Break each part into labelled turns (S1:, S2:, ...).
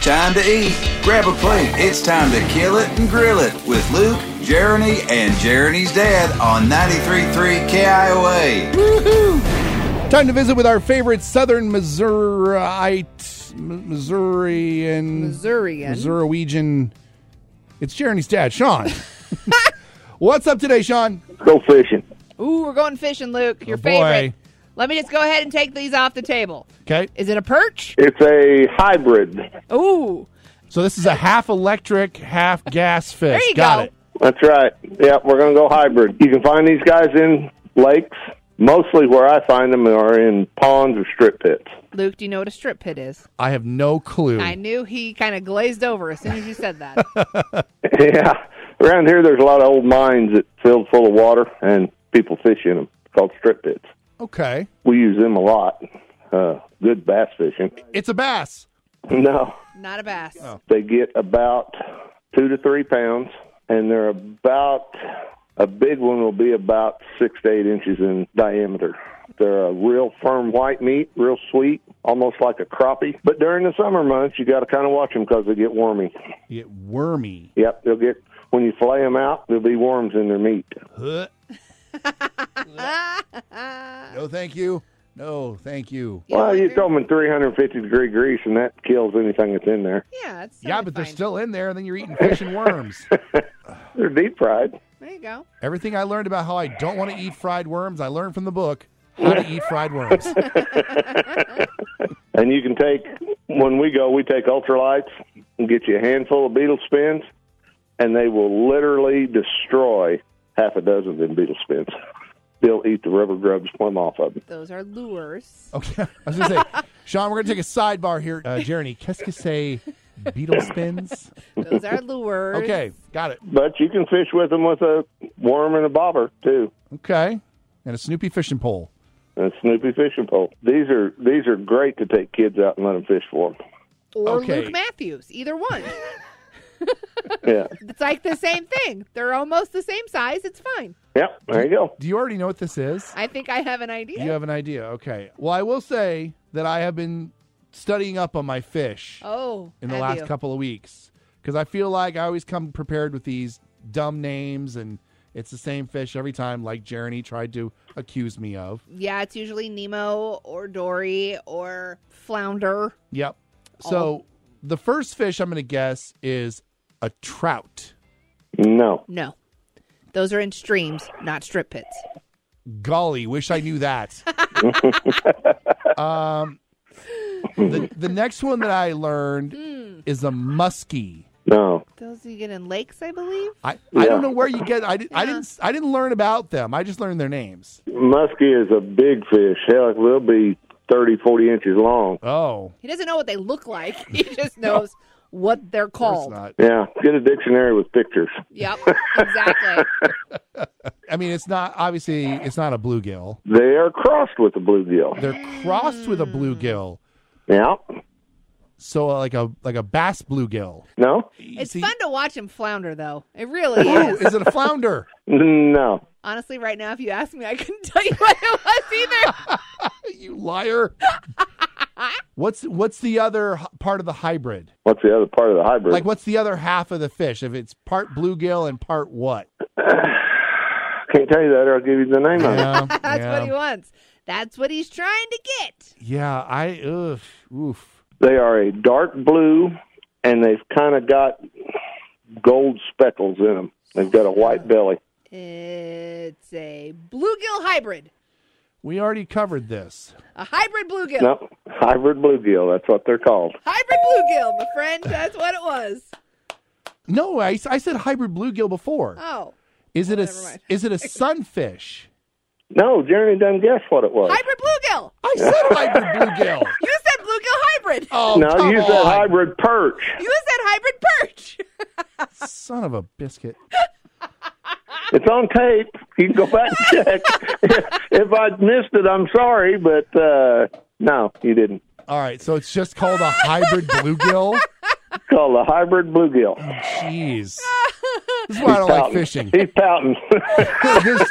S1: Time to eat. Grab a plate. It's time to kill it and grill it with Luke, Jeremy, and Jeremy's dad on 93.3 KIOA.
S2: Time to visit with our favorite Southern Missouriite, M- Missourian,
S3: Missourian.
S2: Missourian. It's Jeremy's dad, Sean. What's up today, Sean?
S4: Go fishing.
S3: Ooh, we're going fishing, Luke.
S2: Oh,
S3: Your
S2: boy.
S3: favorite. Let me just go ahead and take these off the table.
S2: Okay,
S3: Is it a perch?
S4: It's a hybrid.
S3: Ooh,
S2: so this is a half electric, half gas fish.
S3: There you
S2: Got
S3: go.
S2: it.
S4: That's right. Yeah, we're going to go hybrid. You can find these guys in lakes. Mostly where I find them are in ponds or strip pits.
S3: Luke, do you know what a strip pit is?
S2: I have no clue.
S3: I knew he kind of glazed over as soon as you said that.
S4: Yeah. Around here, there's a lot of old mines that filled full of water, and people fish in them. It's called strip pits.
S2: Okay,
S4: We use them a lot. Uh, good bass fishing.
S2: it's a bass.
S4: No,
S3: Not a bass.
S2: Oh.
S4: they get about two to three pounds, and they're about a big one will be about six to eight inches in diameter. They're a real firm white meat, real sweet, almost like a crappie. But during the summer months, you got to kind of watch them because they get wormy.
S2: You get wormy.
S4: Yep, they'll get when you fillet them out, there'll be worms in their meat.
S2: Huh. no, thank you. No, thank you.
S3: You
S4: well,
S3: know,
S4: you
S3: like-
S4: throw them in 350 degree grease, and that kills anything that's in there.
S3: Yeah, it's
S2: Yeah,
S3: totally
S2: but they're
S3: fine.
S2: still in there, and then you're eating fish and worms.
S4: They're deep fried.
S3: There you go.
S2: Everything I learned about how I don't want to eat fried worms, I learned from the book How to Eat Fried Worms.
S4: And you can take, when we go, we take ultralights and get you a handful of beetle spins, and they will literally destroy half a dozen of them beetle spins. They'll eat the rubber grubs plumb off of them.
S3: Those are lures.
S2: Okay. I was going to say, Sean, we're going to take a sidebar here. Uh, Jeremy, qu'est-ce que c'est beetle spins?
S3: Those are lures.
S2: Okay, got it.
S4: But you can fish with them with a worm and a bobber, too.
S2: Okay. And a Snoopy fishing pole.
S4: A Snoopy fishing pole. These are these are great to take kids out and let them fish for.
S3: Or
S2: Okay.
S3: Luke Matthews. Either one.
S4: Yeah.
S3: it's like the same thing. They're almost the same size. It's fine.
S4: Yep. There you go.
S2: Do you already know what this is?
S3: I think I have an idea.
S2: You have an idea. Okay. Well, I will say that I have been studying up on my fish
S3: Oh,
S2: in the
S3: have
S2: last
S3: you?
S2: couple of weeks because I feel like I always come prepared with these dumb names and it's the same fish every time, like Jeremy tried to accuse me of.
S3: Yeah, it's usually Nemo or Dory or flounder.
S2: Yep.
S3: Oh.
S2: So the first fish I'm going to guess is a trout.
S4: No.
S3: No. Those are in streams, not strip pits.
S2: Golly, wish I knew that. um, the, the next one that I learned
S3: Hmm.
S2: is a muskie.
S4: No.
S3: Those you get in lakes, I believe.
S2: I, I
S4: Yeah.
S2: don't know where you get. I, did, I
S3: Yeah.
S2: didn't. I didn't learn about them. I just learned their names.
S4: Muskie is a big fish. Hell, it will be 30, 40 inches long.
S2: Oh,
S3: He doesn't know what they look like. He just knows what they're
S2: course
S3: called.
S2: not.
S4: Yeah. Get a dictionary with pictures.
S3: Yep, exactly.
S2: I mean, it's not. Obviously, it's not a bluegill.
S4: They are crossed with the bluegill.
S2: They're crossed with a
S3: Hmm.
S2: bluegill.
S4: Yeah.
S2: So like a like a bass bluegill.
S4: No.
S3: It's
S2: See-
S3: fun to watch him flounder, though. It really
S2: Oh,
S3: is.
S2: is it a flounder?
S4: No.
S3: Honestly, right now, if you ask me, I couldn't tell you what it was either.
S2: you liar. what's what's the other h- part of the hybrid?
S4: What's the other part of the hybrid?
S2: Like what's the other half of the fish? If it's part bluegill and part what?
S4: I can't tell you that, or I'll give you the name of it.
S2: Yeah,
S3: That's
S2: yeah,
S3: what he wants. That's what he's trying to get.
S2: yeah, I ugh, oof.
S4: They are a dark blue, and they've kind of got gold speckles in them. They've got a white belly.
S3: It's a bluegill hybrid,
S2: We already covered this.
S3: a hybrid bluegill.
S4: No, hybrid bluegill. That's what they're called.
S3: Hybrid bluegill, my friend. That's what it was.
S2: No, I, s- I said hybrid bluegill before.
S3: Oh,
S2: Is it a
S3: never
S2: s-
S3: mind.
S2: is it a sunfish?
S4: No, Jeremy doesn't guess what it was.
S3: hybrid bluegill.
S2: I said hybrid bluegill.
S3: You said bluegill hybrid.
S2: Oh,
S4: no,
S2: come
S4: you
S2: on.
S4: said hybrid perch.
S3: You said hybrid perch.
S2: Son of a biscuit.
S4: It's on tape. You can go back and check. if I missed it, I'm sorry, but uh, no, you didn't.
S2: All right, so it's just called a hybrid bluegill.
S4: It's called a hybrid bluegill.
S2: Jeez. This is why I don't like
S4: Pouting.
S2: fishing.
S4: He's pouting.
S2: This-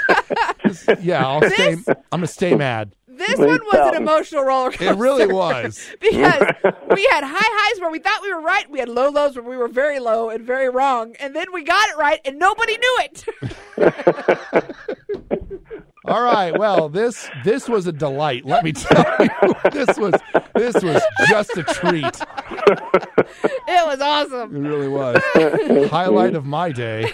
S2: this- yeah, I'll stay. I'm gonna stay mad.
S3: This This one was an
S4: Fountain.
S3: emotional roller coaster.
S2: It really was.
S3: because we had high highs where we thought we were right, we had low lows where we were very low and very wrong, and then we got it right and nobody knew it.
S2: All right. Well, this this was a delight. Let me tell you, this was this was just a treat. It
S3: it was awesome.
S2: really was highlight of my day.